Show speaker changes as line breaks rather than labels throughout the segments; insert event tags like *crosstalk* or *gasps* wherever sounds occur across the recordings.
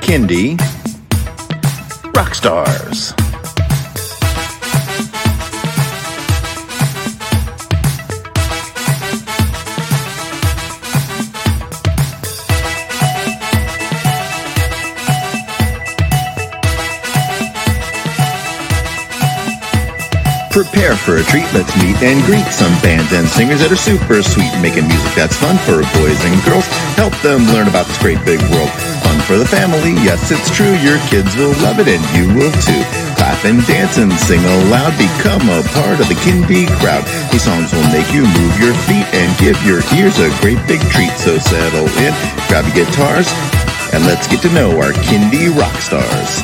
Kindy, rock stars. Prepare for a treat. Let's meet and greet some bands and singers that are super sweet, making music that's fun for boys and girls. Help them learn about this great big world. Fun for the family, yes, it's true. Your kids will love it and you will too. Clap and dance and sing aloud. Become a part of the kindy crowd. These songs will make you move your feet and give your ears a great big treat. So settle in, grab your guitars, and let's get to know our kindy rock stars.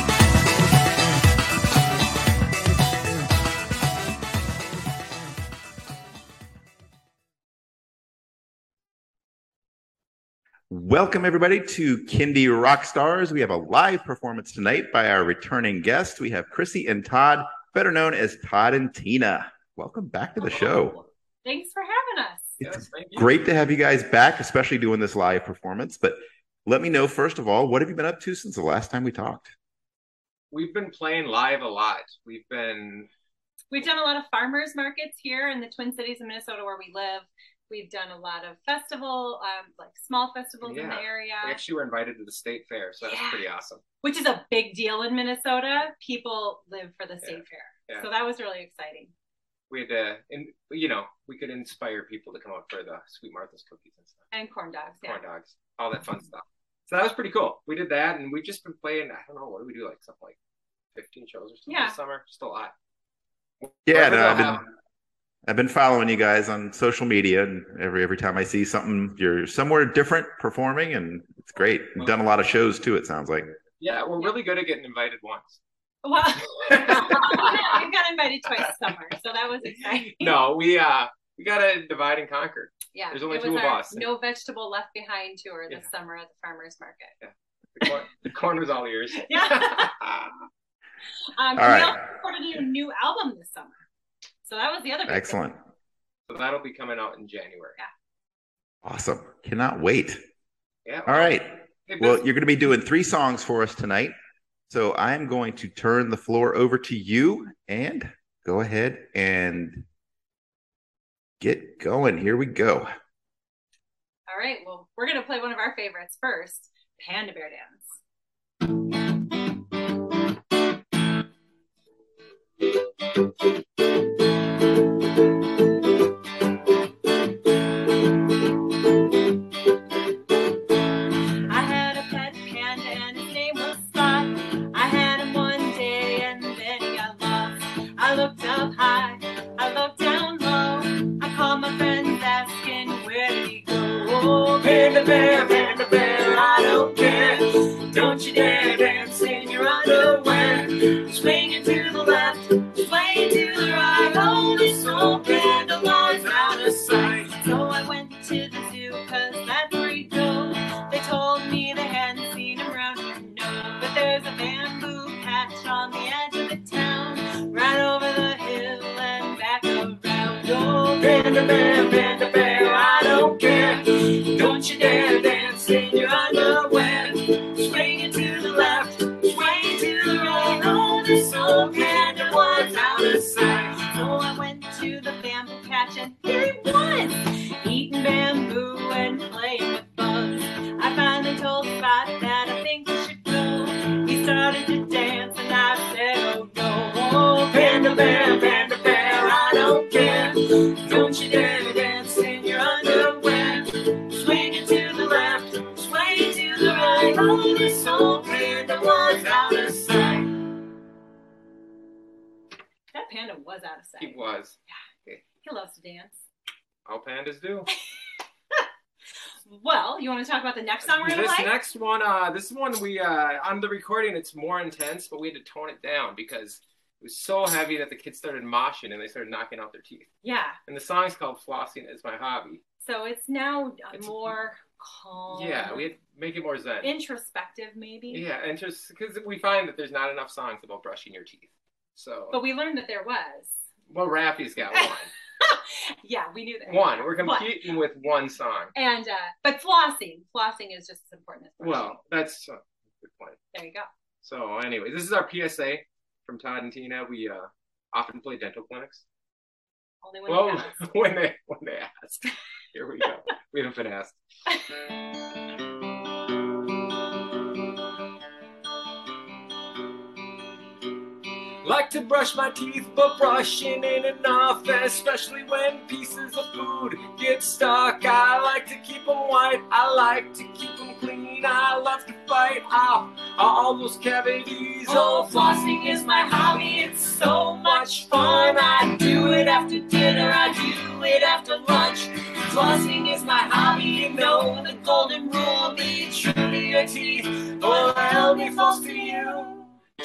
Welcome, everybody, to Kindy Rock Stars. We have a live performance tonight by our returning guests. We have Chrissy and Todd, better known as Todd and Tina. Welcome back to the show.
Thanks for having us.
It's great to have you guys back, especially doing this live performance. But let me know, first of all, what have you been up to since the last time we talked?
We've been playing live a lot. We've been.
We've done a lot of farmers markets here in the Twin Cities of Minnesota where we live. We've done a lot of festival, um, like small festivals in
Yeah.
the area,
We actually were invited to the state fair, so that's
Yeah.
pretty awesome.
which is a big deal in Minnesota. People live for the state fair.
Yeah.
So that was really exciting.
We had to, and you know, we could inspire people to come out for the Sweet Martha's cookies and stuff,
And corn dogs. Yeah.
corn dogs, all that fun stuff. So that was pretty cool. We did that, and we've just been playing. I don't know what do we do, like something like fifteen shows or something
Yeah.
this summer. Just a lot. um,
Yeah,
Wherever
no,
we'll
I've been
have-
I've been following you guys on social media, and every every time I see something, you're somewhere different performing, and it's great. You've done a lot of shows too. It sounds like.
yeah, we're really good at getting invited
*laughs*
once.
Well, we got invited twice summer. So that was exciting.
no, we uh, we gotta divide and conquer.
Yeah.
there's only
it was
two of
our
us.
No Vegetable Left Behind tour this
Yeah.
summer at the farmers market.
The corn, the corn was all ears.
Yeah.
*laughs*
Um,
All
we
right.
also recorded a new album this summer. So that was the other big thing.
Excellent.
so that'll be coming out in January.
Awesome. Cannot wait.
Yeah.
All right.
They've
Well,
been-
you're going to be doing three songs for us tonight. So I'm going to turn the floor over to you and go ahead and get going. Here we go.
All right. Well, we're going to play one of our favorites first Panda Bear Dance. I had a pet panda and his name was Spot. I had him one day and then he got lost. I looked up high, I looked down low. I called my friends asking where did he go? Oh, panda bear, panda bear, I don't care. Don't you dare dance in your underwear. Swinging to the left, swaying to the right. Holy smoke, panda lies out of sight. So I went to the zoo 'cause that's where he goes. They told me they hadn't seen him round here, no. But there's a bamboo patch on the edge of the town, right over the hill and back around. Oh, panda bear, panda bear, I don't care. Don't you dare dance in your underwear. Swing it to the left, sway to the right. Oh, this old panda was out of sight. So I went to the bamboo patch and here he was, eating bamboo and playing with bugs. I finally told Spot that I think he should go. He started to dance and I said, Oh no, oh, panda bear, panda bear, I don't care. Don't you dare dance in your underwear. Swing it to the left, sway to the right. Oh, this old panda was out of sight. That panda was out of
he
sight.
was.
He loves to dance.
All pandas do.
Well, you want to talk about the next song we're going to
this
play?
next one, uh, this one we uh, on the recording, it's more intense, but we had to tone it down because it was so heavy that the kids started moshing and they started knocking out their teeth.
yeah.
And the song's called "Flossing Is My Hobby."
So it's now uh,
It's-
more calm.
yeah, we had to make it more zen.
introspective maybe.
yeah, and just because we find that there's not enough songs about brushing your teeth. So,
But we learned that there was.
well, Raffy's got one.
Yeah, we knew that.
one. We're
One.
competing with one song.
And uh but flossing, flossing is just as important as brushing.
Well, that's a good point.
There you go.
So anyway, this is our PSA from Todd and Tina. We uh, often play dental clinics.
Only one
Well,
you have.
*laughs* when they when they asked. Here we go. we haven't been asked. Like to brush my teeth, but brushing ain't enough, especially when pieces of food get stuck. I like to keep them white, I like to keep them clean, I love to fight off all those cavities.
Oh, flossing is my hobby. It's so much fun. I do it after dinner. I do it after lunch. Flossing is my hobby. You know the golden rule: be true to your teeth, or they'll be false to you.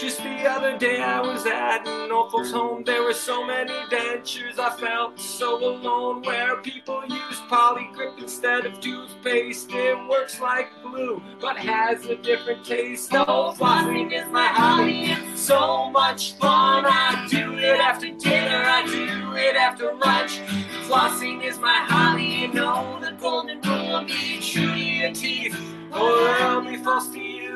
Just the other day I was at an old folks home. There were so many dentures. I felt so alone. Where people use polygrip instead of toothpaste. It works like glue, but has a different taste.
No,
No
flossing
flossing
is my hobby. It's so much fun. I do it after dinner. I do it after lunch. Flossing is my hobby. You know the golden rule: be true to your teeth, or
or
they'll
I'll
be
be false to you.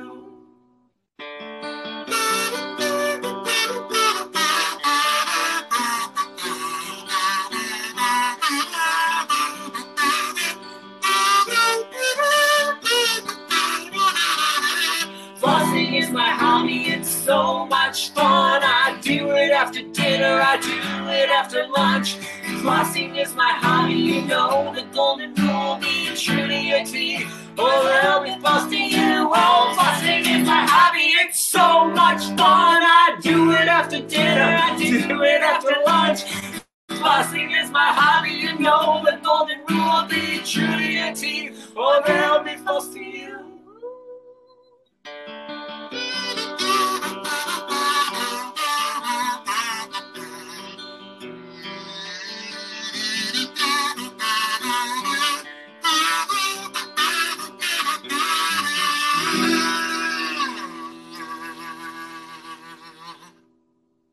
Flossing is my hobby, it's so much fun. I do it after dinner, I do it after lunch. Flossing is my hobby, you know the golden rule, be true to your teeth. Or they'll be false to you. Oh, flossing is my hobby, it's so much fun. I do it after dinner, I do it after lunch. Flossing is my hobby, you know the golden rule, be true to your teeth. Or they'll be false to you.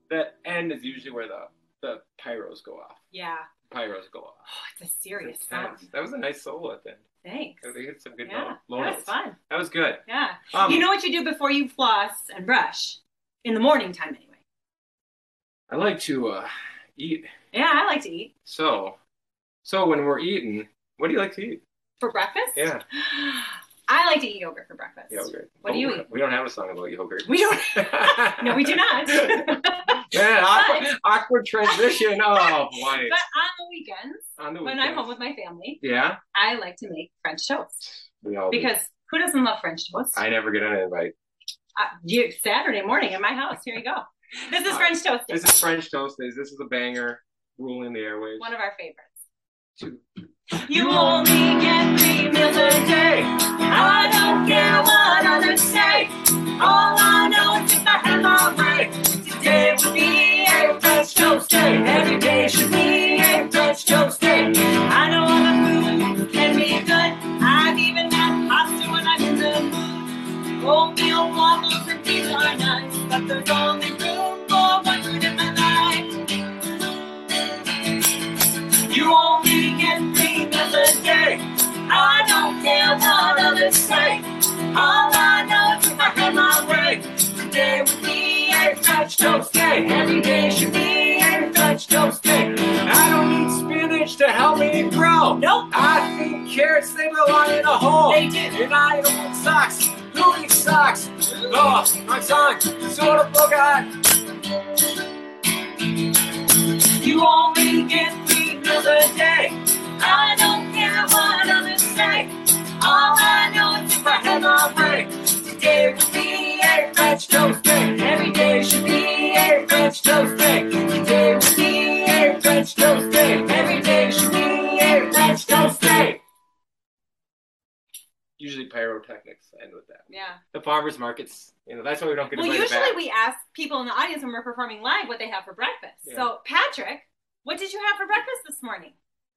The end is usually where the, the pyros go off.
Yeah.
Pyros go off.
Oh, it's a serious
It's
song.
intense. That was a nice solo at the end.
Thanks.
They hit some good
Yeah, that
moments.
was fun.
That was good.
Yeah.
Um,
you know what you do before you floss and brush? In the morning time, anyway.
I like to uh, eat.
Yeah, I like to eat
So, so when we're eating, what do you like to eat?
for breakfast.
Yeah.
*gasps* I like to eat yogurt for breakfast.
Yogurt.
What do
Oh,
you eat?
We don't have a song about yogurt.
We
*laughs*
don't. No, we do not. but
Man, awkward,
*laughs*
awkward transition. Oh,
on
boy.
the weekends,
On the
when I'm
weekends.
home with my family,
Yeah,
I like to make French toast
we all. do.
because who doesn't love French toast?
Oh. I never get an invite.
Uh, you, Saturday morning at my house. Here you go. This is
Uh,
French toast. Day.
This is French toast days. This is a banger. Ruling the airwaves.
one of our favorites.
Two.
You only get three meals a day. I don't care what others say. All I know is if I had my way, today would be a French toast day. Every day should be a French toast day. I know all the food can be good. I've even had pasta when I'm in the mood. Oatmeal waffles and pizza are nice, but there's only room for one food in my life. You only get three meals a day. I don't care what others say. All I know is if I had my way, today would be a French toast day. Every day should be a French toast day.
I don't need spinach to help me grow.
Nope,
I think carrots they belong in a hole.
they do.
And I don't want socks. Who needs socks? Oh, my tongue. Sort of forgot.
You only get three meals a day. I don't care what others say. All I know is if I had my way, today would be a French toast day. Every day should be a French toast day. Today would be a French toast day. Every day should be a French toast day.
Usually pyrotechnics end with that.
Yeah.
The farmers markets. You know that's why we don't get
Well,
invited
usually
back.
we ask people in the audience when we're performing live what they have for breakfast.
Yeah.
So, Patrick, what did you have for breakfast this morning?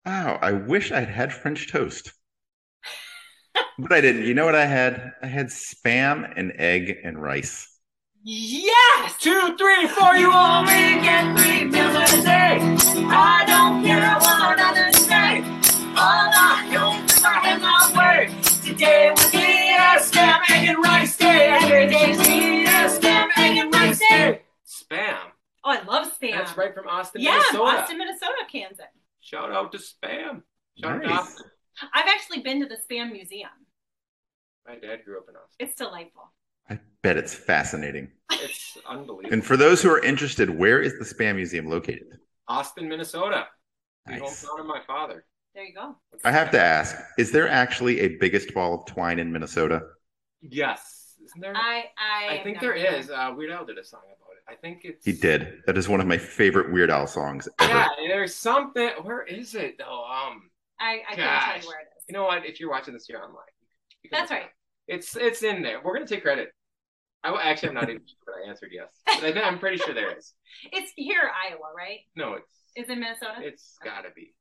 Wow, I wish I'd had French toast. But I didn't. You know what I had? I had spam and egg and rice.
Yes! Two, three, four, you only get three meals a day. I don't care what others say. All I know is if I had my way, today would be a scam, egg, and rice day. Every day's me Oh,
It's right from Austin,
yeah,
Minnesota.
Austin, Minnesota cans it.
Shout out to Spam. Shout out to
Nice.
Austin.
I've actually been to the Spam Museum.
My dad grew up in Austin.
It's delightful.
I bet it's fascinating.
It's unbelievable.
And for those who are interested, where is the Spam Museum located?
Austin, Minnesota. The
Nice.
hometown of my father.
There you go.
I have to ask, is there actually a biggest ball of twine in Minnesota?
Yes. Isn't there?
I I,
I
have
think
never
there
been.
is. Uh, Weird Al did a song about it. I think it's.
He did. That is one of my favorite Weird Al songs ever.
Yeah, there's something. Where is it though? Um,
I, I can't tell
Gosh.
you where it is.
you know what? If you're watching this, you're online. You can
That's
look it
right.
up. It's it's in there. We're gonna take credit. I well, actually I'm not even sure that I answered yes, but I think I'm pretty sure there is.
It's here, in Iowa, right?
No, it's
Is in Minnesota?
it's gotta be.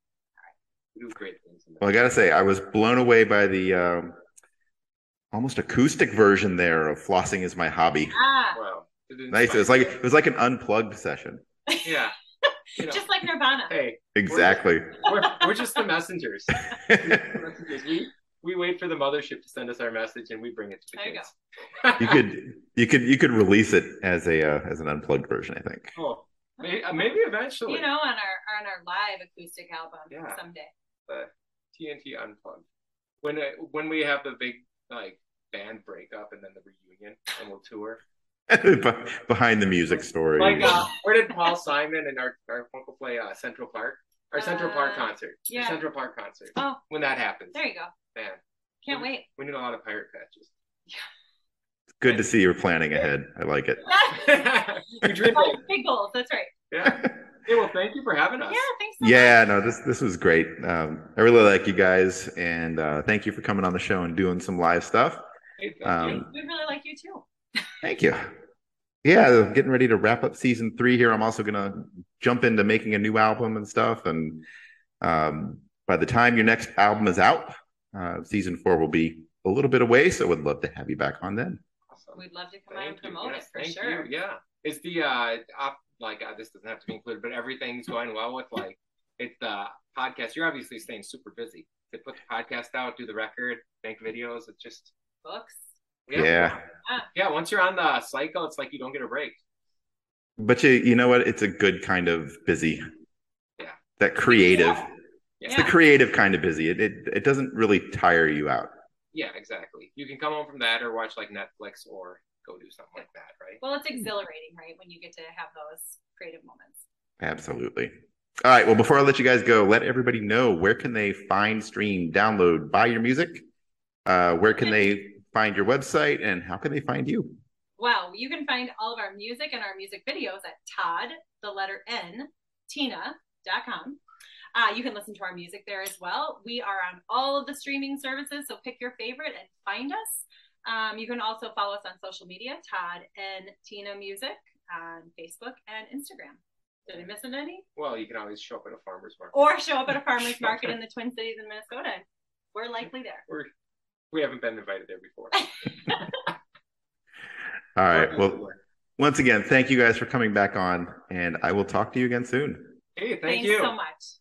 We do great things. In
Well, I gotta say, I was blown away by the um, almost acoustic version there of "Flossing Is My Hobby."
ah,
wow. It didn't
Nice. It was like
spike.
it was like an unplugged session.
*laughs*
yeah. You know,
just like Nirvana.
hey,
Exactly. *laughs*
we're, we're just the messengers. We're messengers. We we wait for the mothership to send us our message and we bring it to the
There
you
you
kids. *laughs*
could you could you could release it as a uh, as an unplugged version. I think.
Oh, maybe, maybe eventually.
You know, on our on our live acoustic album
Yeah.
someday.
the TNT unplugged. When uh, when we have the big like band breakup and then the reunion and we'll tour.
*laughs* Be- Behind the music story.
Like uh, where did Paul Simon and our our Funkle play uh, Central Park? Our Central Park
Uh,
concert. Our
yeah.
Central Park concert.
Oh,
When that happens,
there you go.
man,
Can't wait. *laughs*
we need a lot of pirate patches. *laughs*
Good to see you're planning ahead. I like it. *laughs*
you dream big.
Big goals. That's right.
Yeah. Hey, well, thank you for having us.
Yeah. Thanks. So
Yeah, no, this this was great. Um, I really like you guys, and uh, thank you for coming on the show and doing some live stuff.
Hey, thank you.
Um,
Much. We really like you too.
Thank you. Yeah, getting ready to wrap up season three here. I'm also gonna jump into making a new album and stuff. And um, by the time your next album is out, uh, season four will be a little bit away. So would love to have you back on then.
Awesome.
We'd love to come out and
Thank you.
promote
Yes,
it for
thank
sure.
you. Yeah. Is the uh op- like uh, this doesn't have to be included, but everything's going well with like it's the podcast. You're obviously staying super busy to put the podcast out, do the record, make videos. It's just
Books.
Yeah.
yeah. Once you're on the cycle, it's like you don't get a break.
But you you know what? It's a good kind of busy.
Yeah.
That creative,
Yeah.
the
*laughs*
creative kind of busy. It, it it doesn't really tire you out.
Yeah, exactly. You can come home from that or watch like Netflix or go do something like that, right?
Well, it's exhilarating, right? When you get to have those creative moments.
Absolutely. All right. Well, before I let you guys go, let everybody know where can they find, stream, download, buy your music. Uh, where can they find your website, and how can they find you?
Wow, you can find all of our music and our music videos at Todd, the letter N, Tina.com. Uh, you can listen to our music there as well. We are on all of the streaming services, so pick your favorite and find us. Um, you can also follow us on social media, Todd and Tina Music on Facebook and Instagram. Did I miss any?
Well, you can always show up at a farmer's market.
Or show up at a farmer's market in the Twin Cities in Minnesota. We're likely there.
We're, we haven't been invited there before.
All right. Well, once again, thank you guys for coming back on, and I will talk to you again soon.
hey, thank
Thanks
you.
so much.